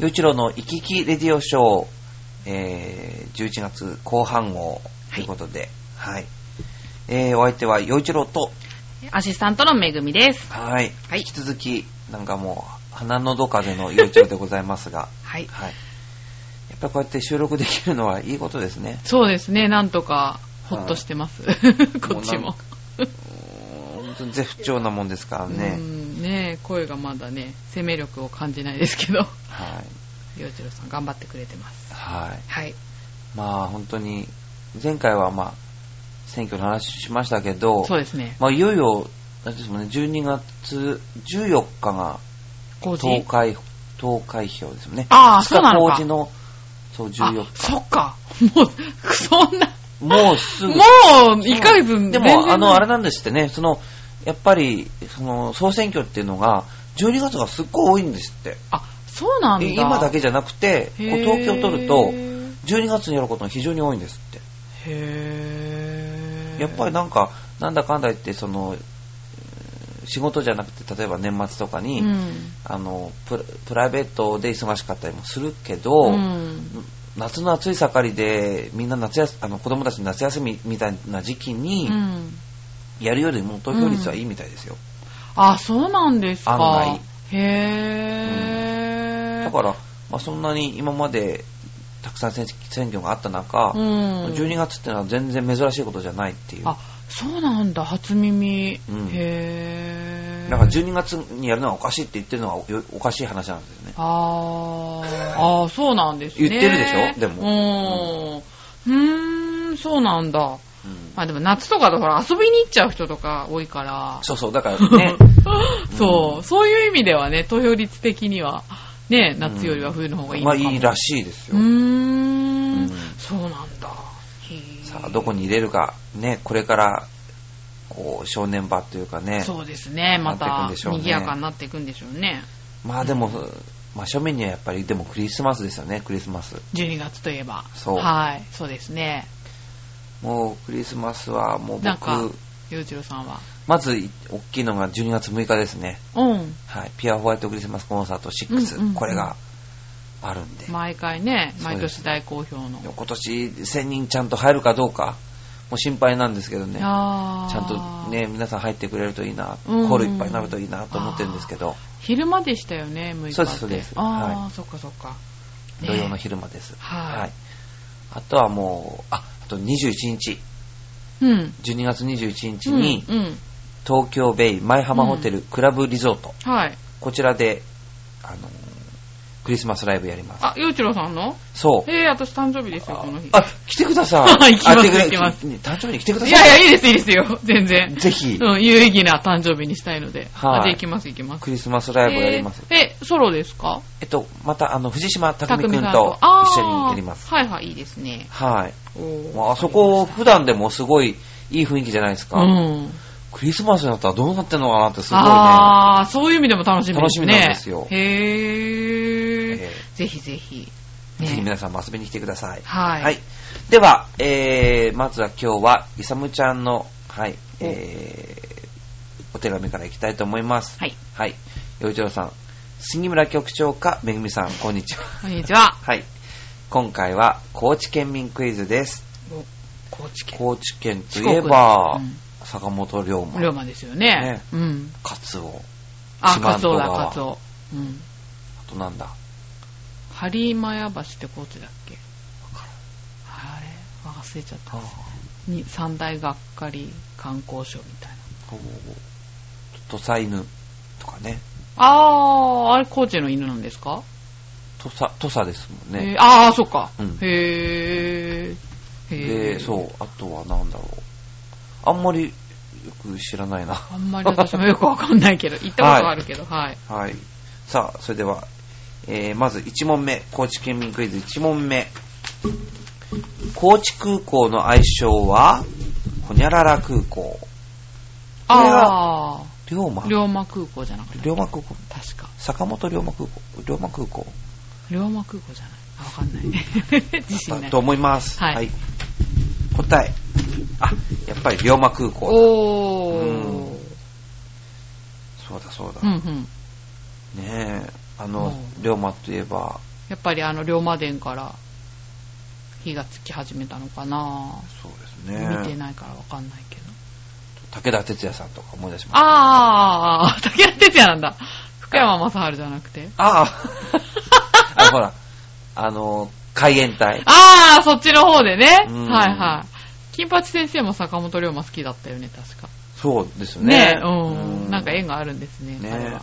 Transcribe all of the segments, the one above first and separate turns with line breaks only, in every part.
洋一郎の行き来レディオショー、えー、11月後半号ということで、はい。えー、お相手は洋一郎と、
アシスタントのめぐみです。
はい。
はい
引き続き、なんかもう、鼻のど風の洋一郎でございますが、
はい。
はい。やっぱりこうやって収録できるのはいいことですね。
そうですね、なんとか、ほっとしてます。 こっちも。
本当に絶不調なもんですから
う
ね。
んねえ声がまだね、生命力を感じないですけど、
はい。
洋一郎さん頑張ってくれてます。
はい。
はい。
まあ本当に、前回はまあ、選挙の話しましたけど、
そうですね。
まあいよいよ、なんですもんね、12月14日が
工事
投開、投開票ですよね。
ああ、そうなの
公
か。
示の、そう、14
あ、そっか。もう、そんな、
日。もうすぐ
も。う、1ヶ月
でも、あの、あれなんですってね、その、やっぱり、その、総選挙っていうのが、12月がすっごい多いんですって。
あ、そうなんだ。
で今だけじゃなくて、こう
へー
統計を取ると、12月にやることが非常に多いんですって。
へー
やっぱりなんか、なんだかんだ言って、その、えー仕事じゃなくて、例えば年末とかに、
うん
あのプラ、プライベートで忙しかったりもするけど、
うん
夏の暑い盛りで、みんな夏休あの子供たちの夏休みみたいな時期に
う、ん
やるよりも投票率はいいみたいですよ。
あ、そうなんですか。
案
へー
だから、まあ、そんなに今までたくさん選選挙があった中、
うん、
12月っていうのは全然珍しいことじゃないっていう。
あ、そうなんだ、初耳。
うん
へー
だから12月にやるのはおかしいって言ってるのはおよおかしい話なんですよね。
あーあー、そうなんですね。
言ってるでしょでも。
うん。うーん、そうなんだ。
うん
まあでも夏とかだから遊びに行っちゃう人とか多いから。
そうそう、だ からね、
そう、そういう意味ではね、投票率的には、ね、夏よりは冬の方がいいの
まあ
かも。
いいらしいです
うー
よ。うんん、
そうなんだ。
さあ、どこに入れるか、ね、これから、こう、正念場というか
へー
ね、
そうですね、ま
なっていくん
た、
でしょうね
賑やかになっていくんでしょうね。
まあでも、まあ庶民にはやっぱり、でもクリスマスですよね、クリスマス。
12月といえば。
そう
はい、そうですね。
もうクリスマスはもう
なんか
僕、
洋一郎さんは。
まずい大きいのが12月6日ですね。
うん。
はい。ピアホワイトクリスマスコンサート6。
うんうんうん
これがあるんで。
毎回ね、毎
そうです
年大好評の。
今年1000人ちゃんと入るかどうか、もう心配なんですけどね。ちゃ
あー
んとね、皆さん入ってくれるといいな、
うん
コールいっぱいになるといいなと思ってるんですけど、
昼間でしたよね、6日って。
そうですそうです
ああ、
は
そっかそっか。ね
土曜の昼間です。
はい
あとはもう、あ、あと21日、
うん。
12月21日に、
うんうん
東京ベイ舞浜ホテルクラブリゾート、
はい。
こちらで、あのークリスマスライブやります。
あ、洋一郎さんの
そう。
ええ私誕生日ですよ、この日。
あ、来てくだ さい。
行きます
あ来てくれ
行きます
誕生日に来てくださ
い
い。
やいや、いいです、いいですよ、 全然。
ぜひ、
うん、有意義な誕生日にしたいので。
はい
あじゃあ行きます、行きます。
クリスマスライブやります。
えーえ、ソロですか
えっと、また、あの、藤島拓
匠
くん
さん
と
あー
一緒にやります。
はいはい、いいですね。
はい。
おー
まあ、あそこ、普段でもすごいいい雰囲気じゃないです
う
か。
ん。
クリスマスになったらどうなってんのかなってすごいね。
ああ、そういう意味でも楽しみですね。
楽しみなんですよ
へ
え
え。ぜひぜひ。
ぜひ
ね
皆さんも遊びに来てください。
はい
では、えー、まずは今日は、いさむちゃんの、はい、えー、お手紙からいきたいと思います。
はい。
はい。洋一郎さん、杉村局長か、めぐみさん、こんにちは。
こんにちは。
はい。今回は、高知県民クイズです。
お高知県。
高知県といえば、
四国
坂本龍馬、
龍馬ですよね。
ね
うん。
カツオ、
あ、
四万
カツ
十
オだ、
川
カツオ。うん。
あとなんだ、
ハリマヤ橋って高知だっけあれ忘れちゃった
あ。
に三大がっかり観光賞みたいな。
ほぼ、土佐犬とかね、
あー、あれ高知の犬なんですか
土佐、土佐ですもんね
えー。あー、そっか。
うん
へー。へ
で、
ー。
そう、あとはなんだろう。あんまりよく知らないな。
あんまり私もよくわかんな いけど、行ったことはあるけど、はい。
はい。さあ、それでは、えーまず1問目、高知県民クイズ1問目。高知空港の愛称は、ほにゃらら空港。これが
あ
龍馬
ー、。龍馬空港じゃなくて、
龍馬空港。
確か。
坂本龍馬空港。龍馬空港。
龍馬空港じゃない。あ、わかんない。 自信な
だ
い
と。思います。
はい
答え。あ、やっぱり龍馬空港だ。
お
うん
ー。
そうだそうだ。
うんうん。
ねえ、あの
う、ん
龍馬といえば、
やっぱりあの龍馬伝から火がつき始めたのかな、
そうです
見て
ね。
ないからわかんないけど。
武田鉄矢さんとか思い出しました。
あーあー、あー武田鉄矢なんだ。福山雅治じゃなく て。
ああ。あのほら、あの、海援隊。
ああ、そっちの方でね。はい
うん
はい。金八先生も坂本龍馬好きだったよね、確か。
そうですね。
ねえ、うん。なんか縁があるんですね、
ねえ
彼は。うん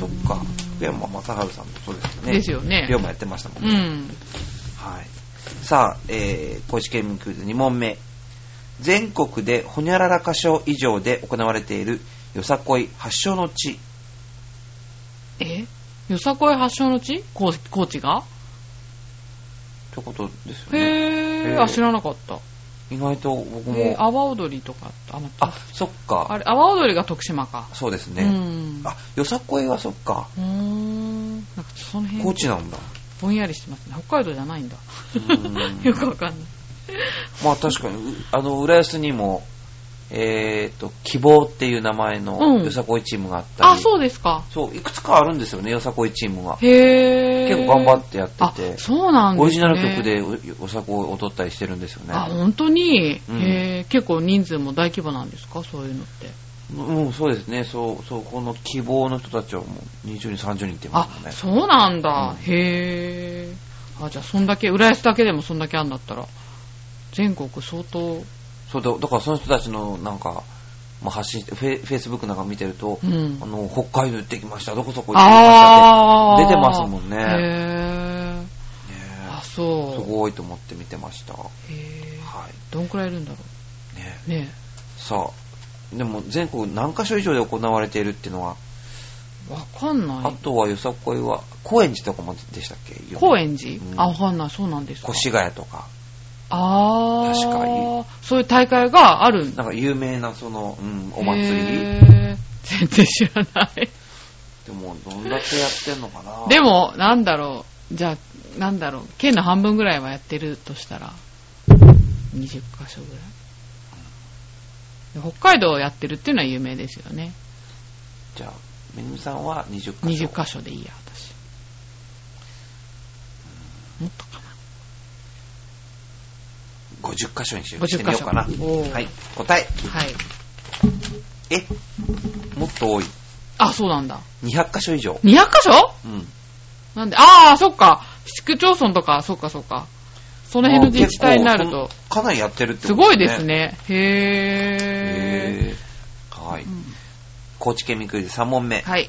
そっか。福山雅治さんもそうですよね。
ですよね
龍馬やってましたもん
う
ね。
ん。
はい。さあ、えー、高知県民クイズ2問目。全国でほにゃらら歌唱以上で行われているよさこい発祥の地。
えよさこい発祥の地高知高知が
ってことですよね。
へ
へ
え、
え
あ、知らなかった。
意外と僕
へえ、
も。
阿波踊りとかって、あ、待って
あ、そっ
あ
か。
れ、阿波踊りが徳島か。
そうです
う
ね。
ん。
あ、よさこいはそっか。
うーん。なんかその辺。
高知なんだ。
ぼんやりしてますね。北海道じゃないんだ。
うん
よくわかんない。
まあ確かに、うあの、浦安にも、えーと、希望っていう名前
う
の
ん
よさこいチームがあったり。
あ、そうですか。
そう、いくつかあるんですよね、よさこいチームが。
へえ。
結構頑張ってやってて
あ、、そうなんですね。
オリジナル曲でおよさこいを踊ったりしてるんですよね。
あ、本当に、
うん
へえ、結構人数も大規模なんですかそういうのって。
うん、そうですね、そう、そう、この希望の人たちはもう20人、30人って言いま
あ
すもん、ね。
そうなんだ。
うん
へえ。あ、じゃあそんだけ、浦安だけでもそんだけあんだったら、全国相当、
そうだ、だからその人たちのなんか、まあ、発信して、フェフェイスブックなんか見てると、
うん
あ。の、北海道行ってきました、どこそこ行ってきましたっ
ああ。
出てますもんね
へ
て、
え。あ、
ね、す
そ
ごいと思って見てました。は
う。へ
い。
え。どんくらいいるんだろ
ね、
う。ね
さあ、でも全国何箇所以上で行われているっていうのは、
え。わかんな
あ
い。
とはよさこいは、高円寺とかもでしたっけ
高円寺
うん
あ、わかんない。そうなんですか。
越谷とか、
ああ。
確かに。
そういう大会があるんだ
なんか有名なその、うん、お祭り。
へー全然知らない。
でも、どんだけやってんのかな。
でも、なんだろう。じゃあ、なんだろう。県の半分ぐらいはやってるとしたら、20箇所ぐらい。で北海道をやってるっていうのは有名ですよね。
じゃあ、めぐみさんは20か所。
20箇所でいいや、私。もっとか
50箇所にしよ
50
うしてみようかな。
箇所おー
はい。答え。
な。はい。
えもっと多い。
あ、そうなんだ。
200箇所以上。
200箇所
うん。
なんで、ああ、そっか。市区町村とか、そっかそっか。その辺の自治体になる
まあ
と
結。構かなりやってるって
す
こと
ごいです
ね。
ね。へ
へーはい
ー。う。ん
高知県民クイズ3問目。
はい。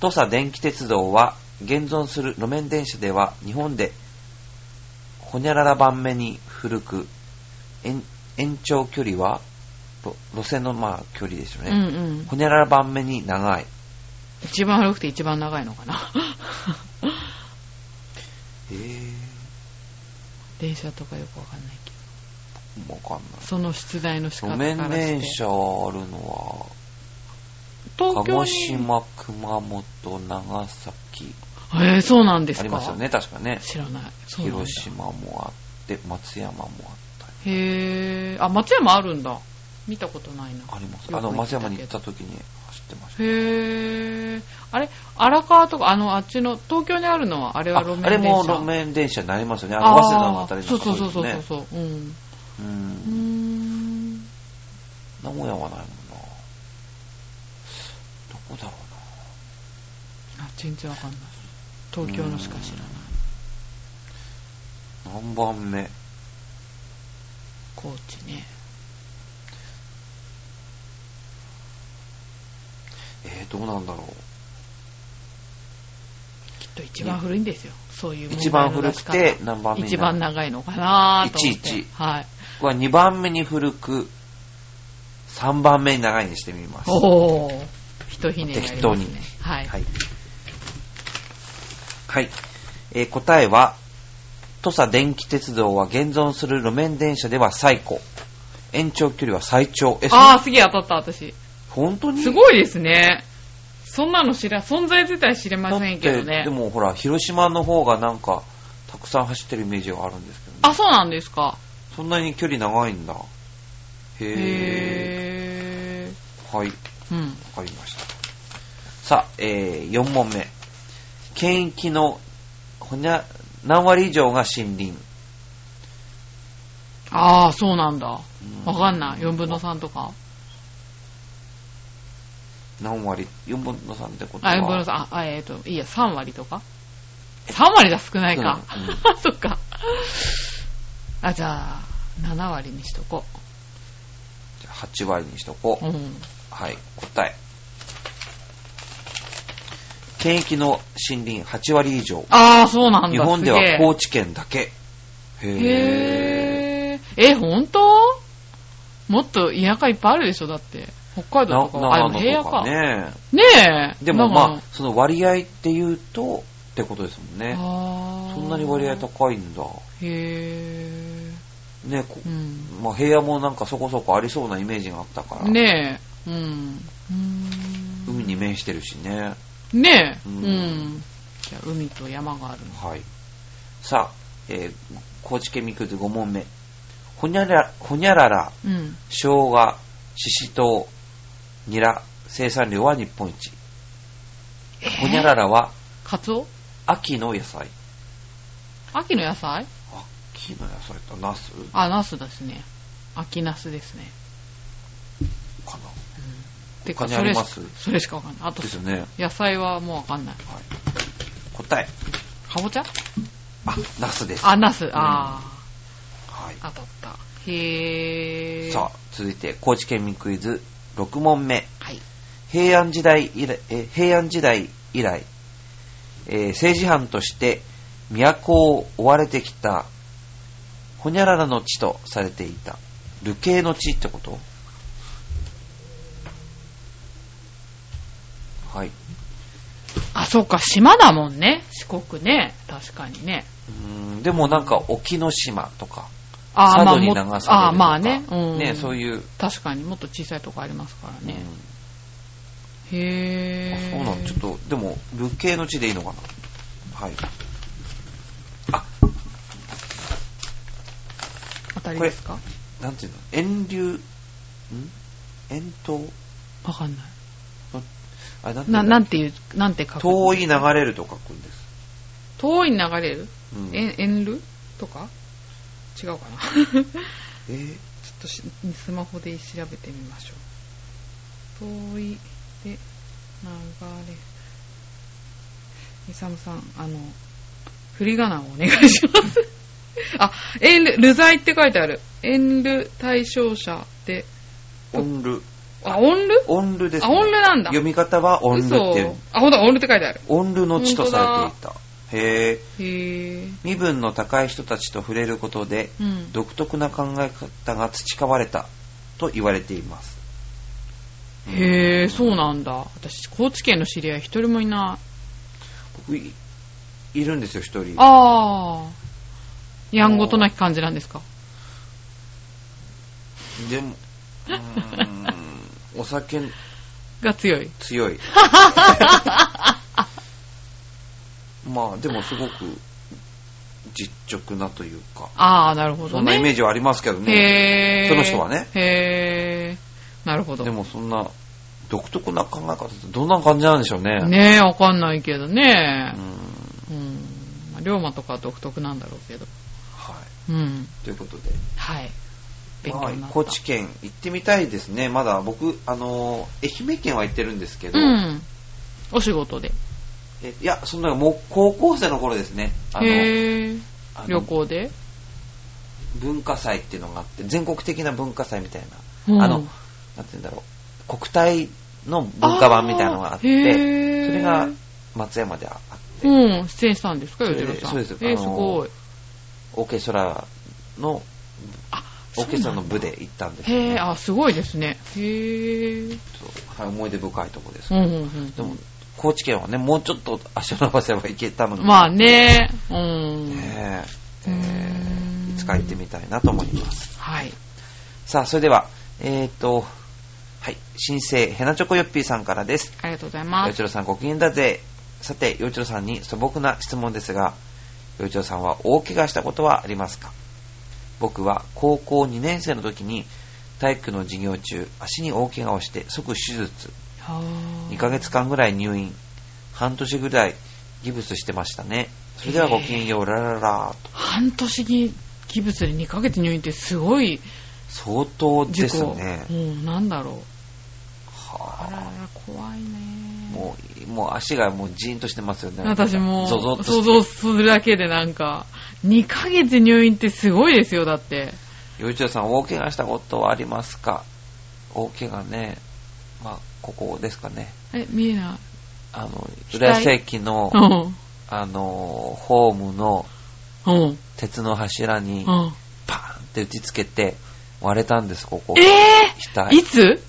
土佐電気鉄道は現存する路面電車では日本でほにゃらら番目に古く延延長距離はろ路線のまあ距離ですよ
う
ね、
んうん。
ほにゃらら番目に長い
一番悪くて一番長いのかな。
えー、
電車とかよくわかんないけ
わかん
ど。その出題の仕方
な
か
い路
らして
面電車あるのは
東
鹿
京
児
に。
島熊本長崎
えー、そうなんですか。
ありますよね確かね
知らない。そうなんだ
広。島もあって松山もあったり
へー。あ、松山あるんだ。見たことないな。
あります
よ
あの
く行ってたけど
松山に行った時に走ってました
へー。あれ荒川とか、あの、あっちの、東京にあるのは、あれは
あ
路面
あれ
電車。
も路面電車になりますよね。あの、早稲田のあたりの
そう
方
そう
です
そ
ね。
うそうそうそう。うん。
う
うー
ん。
ん。
名古屋はないもんな。どこだろ
あ、全然わかんない。東京のしか知らない。
うな。何番目
高知ね。
えー、どうなんだろ
きっと一番古いんですよ。そういう
う。
問
一
題
番
の
古
出
く
し方
て何番目
一番
な
長いのかなと思って。
11
はい。
僕は2番目に古く、3番目に長いにしてみます。は
おー。ひとひねりありますね。
適当に
はい。
い。はい。えー答えは、土佐電気鉄道は現存する路面電車では最古。延長距離は最長。え、そん
あー、すげえ当たった、私。
本当に
すごいですね。そんなの知ら、存在自体知れませんけど
だって
ね
で。もほら、広島の方がなんか、たくさん走ってるイメージがあるんですけどね。
あ、そうなんですか。
そんなに距離長いんだ。へ
へー。
ー。はい、わ
うん。
かりました。さあ、えー、4問目。県域のほにゃ何割以上が森林。
ああ、そうなんだ。
う
わかんない。4分の3とか。
何割 ?4 分の3ってことは
あ、4分の3。あ、あえっ、と、いいや、3割とか。3割だ、少ないか。
う
そっか。あ、じゃあ、7割にしとこ
じゃあ8割にしとこう
う。。うん。
はい、答え。県域の森林8割以上。
ああ、そうなんだ。
日本です
げ
は
え
高知県だけ。へぇ
へー。え、ほんともっと田舎いっぱいあるでしょだって。北海道とかは。あ、でも平野か。ね
ね。
え。
でも
長
ま
野
あ、その割合っていうと、ってことですもんね。
あー
そんなに割合高いんだ。
へ
ね、こ
ー。うん。
まあ、平野もなんかそこそこありそうなイメージがあったから。
ねえ。うん。うーん
海に面してるしね。
ねえ。
う
うんん。じゃあ、海と山があるの。
はい。さあ、えー高知県民クイズ5問目。ほにゃら、ほにゃらら
うん。
生姜、ししとう、ニラ、生産量は日本一。ほにゃららは
カツオ
秋の野菜。
秋の野菜
秋の野菜とナスか
あ、ナスですね。秋ナスですね。
な。
うん、て
他
か、
にあ
そ
り
れ
ま
し
す
それしかわかんない。あと
で、すよね。
野菜はもうわかんない。
はい。答え。
かぼちゃ
あ、ナスです。
あ、ナス。あ
はい。
あ、当たった。へー。
さあ、続いて、高知県民クイズ6問目。
はい。
平安時代以来、え平安時代以来、えー政治犯として都を追われてきた、ほにゃららの地とされていた、流刑の地ってことはい。
あ、そうか、島だもんね。四国ね。確かにね。
うーんでもなんか、沖ノ島とか、
あー
佐
まあ
渡に
も
流
っ
されるとか、
あーまあね。うん。
ねそういう、
確かにもっと小さいとこありますからね。
うんあ
へー。
そうなのちょっと、でも、流刑の地でいいのかなはい。あ、
当たりですか
なんていうの遠流、ん遠投
わかんない。
あれなんていう
な、
んだ
な
っ
ん
け
ていう、なんて書く
遠い流れると書くんです。
遠いに流れる
うん、
え、遠慮とか違うかなちょっ
えー
としスマホで調べてみましょう。遠いで流れ。イサムさん、あの、振り仮名をお願いします。 あ、遠慮、流罪って書いてある。遠慮対象者で、
音ル。
あ、音慮
音ルです、
あ、音慮なんだ。
読み方は音ルっていう
嘘。。あ、ほんとだ、音慮って書いてある。
音ルの地とされていた。へえ。
へぇ
身分の高い人たちと触れることで、
うん。
独特な考え方が培われたと言われています。
へえ、そうなんだ。私、高知県の知り合い一人もいない。
僕い、いるんですよ、一人。
あー。やんごとなき感じなんですか。
でも、うーん、お酒
が強い。
強 い。まあ、でもすごく実直なというか、
あー、なるほ
そ
ど
んなイメ
ね。
ージはありますけどね。
へえ。
その人はね
へー。なるほど。
でもそんな独特な考え方ってどんな感じなんでしょうね。
ねえ、わかんないけど
う
ね
ん。。
うん。まあ龍馬とかは独特なんだろうけど。
は
うん。
い。ということで、
はい。勉強
ま
に
あ
なった。
高知県行ってみたいですね。まだ僕、あのー、愛媛県は行ってるんですけど、
うん。お仕事で。
えいや、そんなもう高校生の頃ですね。あの
へー。
あの
旅行で
文化祭っていうのがあって、全国的な文化祭みたいな。
うん
あの、なんて言うんだろう、国体の文化版みたいなのがあって、
あーへー
それが松山であって、
うん、出演したんですか、
そ
よ
れで
じろさん。
そうです
えー
あの
すごい。
オーケストラの、
あ、
オーケストラの
そうなんだ
部で行ったんですよ、
へ
ね
え、。あ、すごいですね。へー
そうはい、思い出深いところです、
うんうんうん。
でも、高知県はね、もうちょっと足を伸ばせば行けたのに。
まあね、うん。
ねえ
う
え
ーん
ーいつか行ってみたいなと思います。
はい。
さあ、それでは、えっ、と、はい、新生ヘナチョコヨッピーさんからです。
ありがとうござい
洋
ま
一
す。
郎さんご機嫌だぜ。さて、洋一郎さんに素朴な質問ですが、洋一郎さんは大怪我したことはありますか僕は高校2年生の時に体育の授業中、足に大怪我をして即手術。
はー
2ヶ月間ぐらい入院。半年ぐらいギブスしてましたね。それではごきげんよう、ラララーと。
半年にギブスで2ヶ月入院ってすごい
相当で
事
す
故。
ね。
うん、なんだろう。あらら
はあ、、
怖いね。
もう、もう足がもうジーンとしてますよね。
私も
ゾゾッとし
想像
て。
するだけでなんか、2ヶ月入院ってすごいですよ、だって。
洋一郎さん、大怪我したことはありますか大怪我ね。まあ、ここですかね。
え、見えない。
あの、
額
浦安駅の
う、ん。
あの、ホームの
うん。
鉄の柱に、
うん。
パーンって打ちつけて、割れたんです、ここ。
え
額。
ー、いつ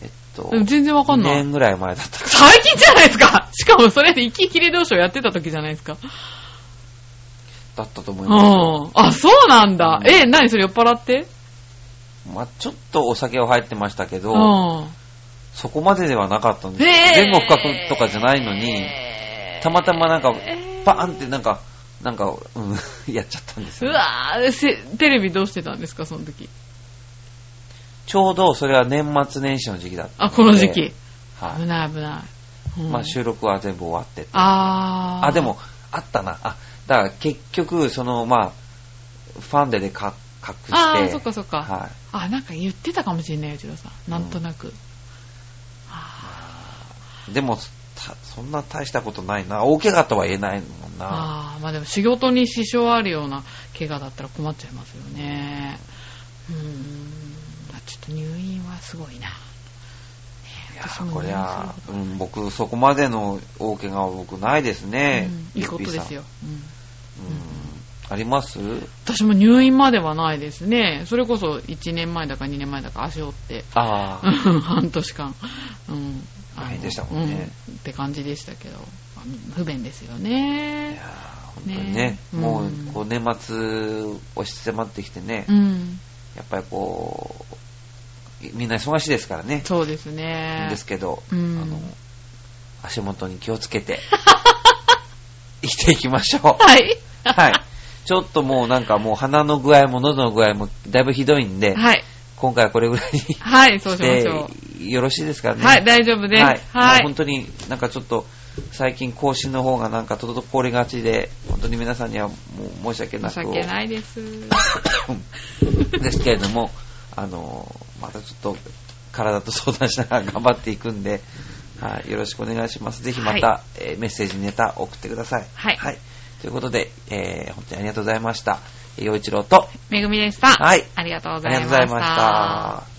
えっと、
全然わかんな
2
い。
年ぐらい前だったか
最近じゃないですかしかもそれで息切れ同士をやってた時じゃないですか。
だったと思
う
いますよ。
ん。あ、そうなんだ。
うん
え、何それ酔っ払って
まあ、ちょっとお酒は入ってましたけ
う
ど、
ん。
そこまでではなかったんですよ。前
えー
後不覚とかじゃないのに、たまたまなんか、パーンってなんか、なんか、うん、 やっちゃったんです
う
よ。
わぁ、せテレビどうしてたんですか、その時。
ちょうどそれは年末年始の時期だった
あ、
で
この時期。
は
危
い。
ない危ない。うん
まあ収録は全部終わってて。
あー。
あ、でも、あったな。あ、だから結局、その、まあ、ファンデでか隠して。
あー、そっかそっか。
はい。
あ、なんか言ってたかもしれないよ、内田さん。なんとなく。あ
でも、たそんな大したことないな。大怪我とは言えないもん
ー
な。
あー、まあでも仕事に支障あるような怪我だったら困っちゃいますよね。うーん。あちょっと入院はすごいな。ね
い
え
や
私
ー
も
こ
入
り
院する
ゃ
こ、と
うん、僕、そこまでの大怪我は僕ないですね。
うんいいことですよ。うん
ゆっぴーさん。うん。あります
私も入院まではないですね。それこそ1年前だか2年前だか足折って、
ああ。
半年間。うん。
大変でしたもんね
うんって感じでしたけど、まあ不便ですよ
い
ね
や。ー本当にね
ね、え
もう
うん
こう年末押し迫ってきてね、
うん。
やっぱりこう、みんな忙しいですからね、
そうです
いいん
ね
で。すけど、
うん
あの足元に気をつけ て、生きていきましょう。
はい。
はい。ちょっともうなんかもう鼻の具合も喉の具合もだいぶひどいんで、
はい。
今回はこれぐらいにし
はい、そうしましてょ
よろしいですか
う。
ね。
はい、大丈夫です。
はい。
は
もう
い
本。当になんかちょっと、最近更新の方がなんか滞りがちで、本当に皆さんにはもう申し訳なく
申し訳ないです。
ですけれども、あの、またちょっと体と相談しながら頑張っていくんで、はい、よろしくお願いします。ぜひまた、
は
えーメッセージ、ネタ送ってください。
はい
ということで、えー本当にありがとうございました。えー陽一郎と、
めぐみでした。
はい
ありがとう
あ
ご
り
ざ
がと
いうま
ご
し。
ざいましたた。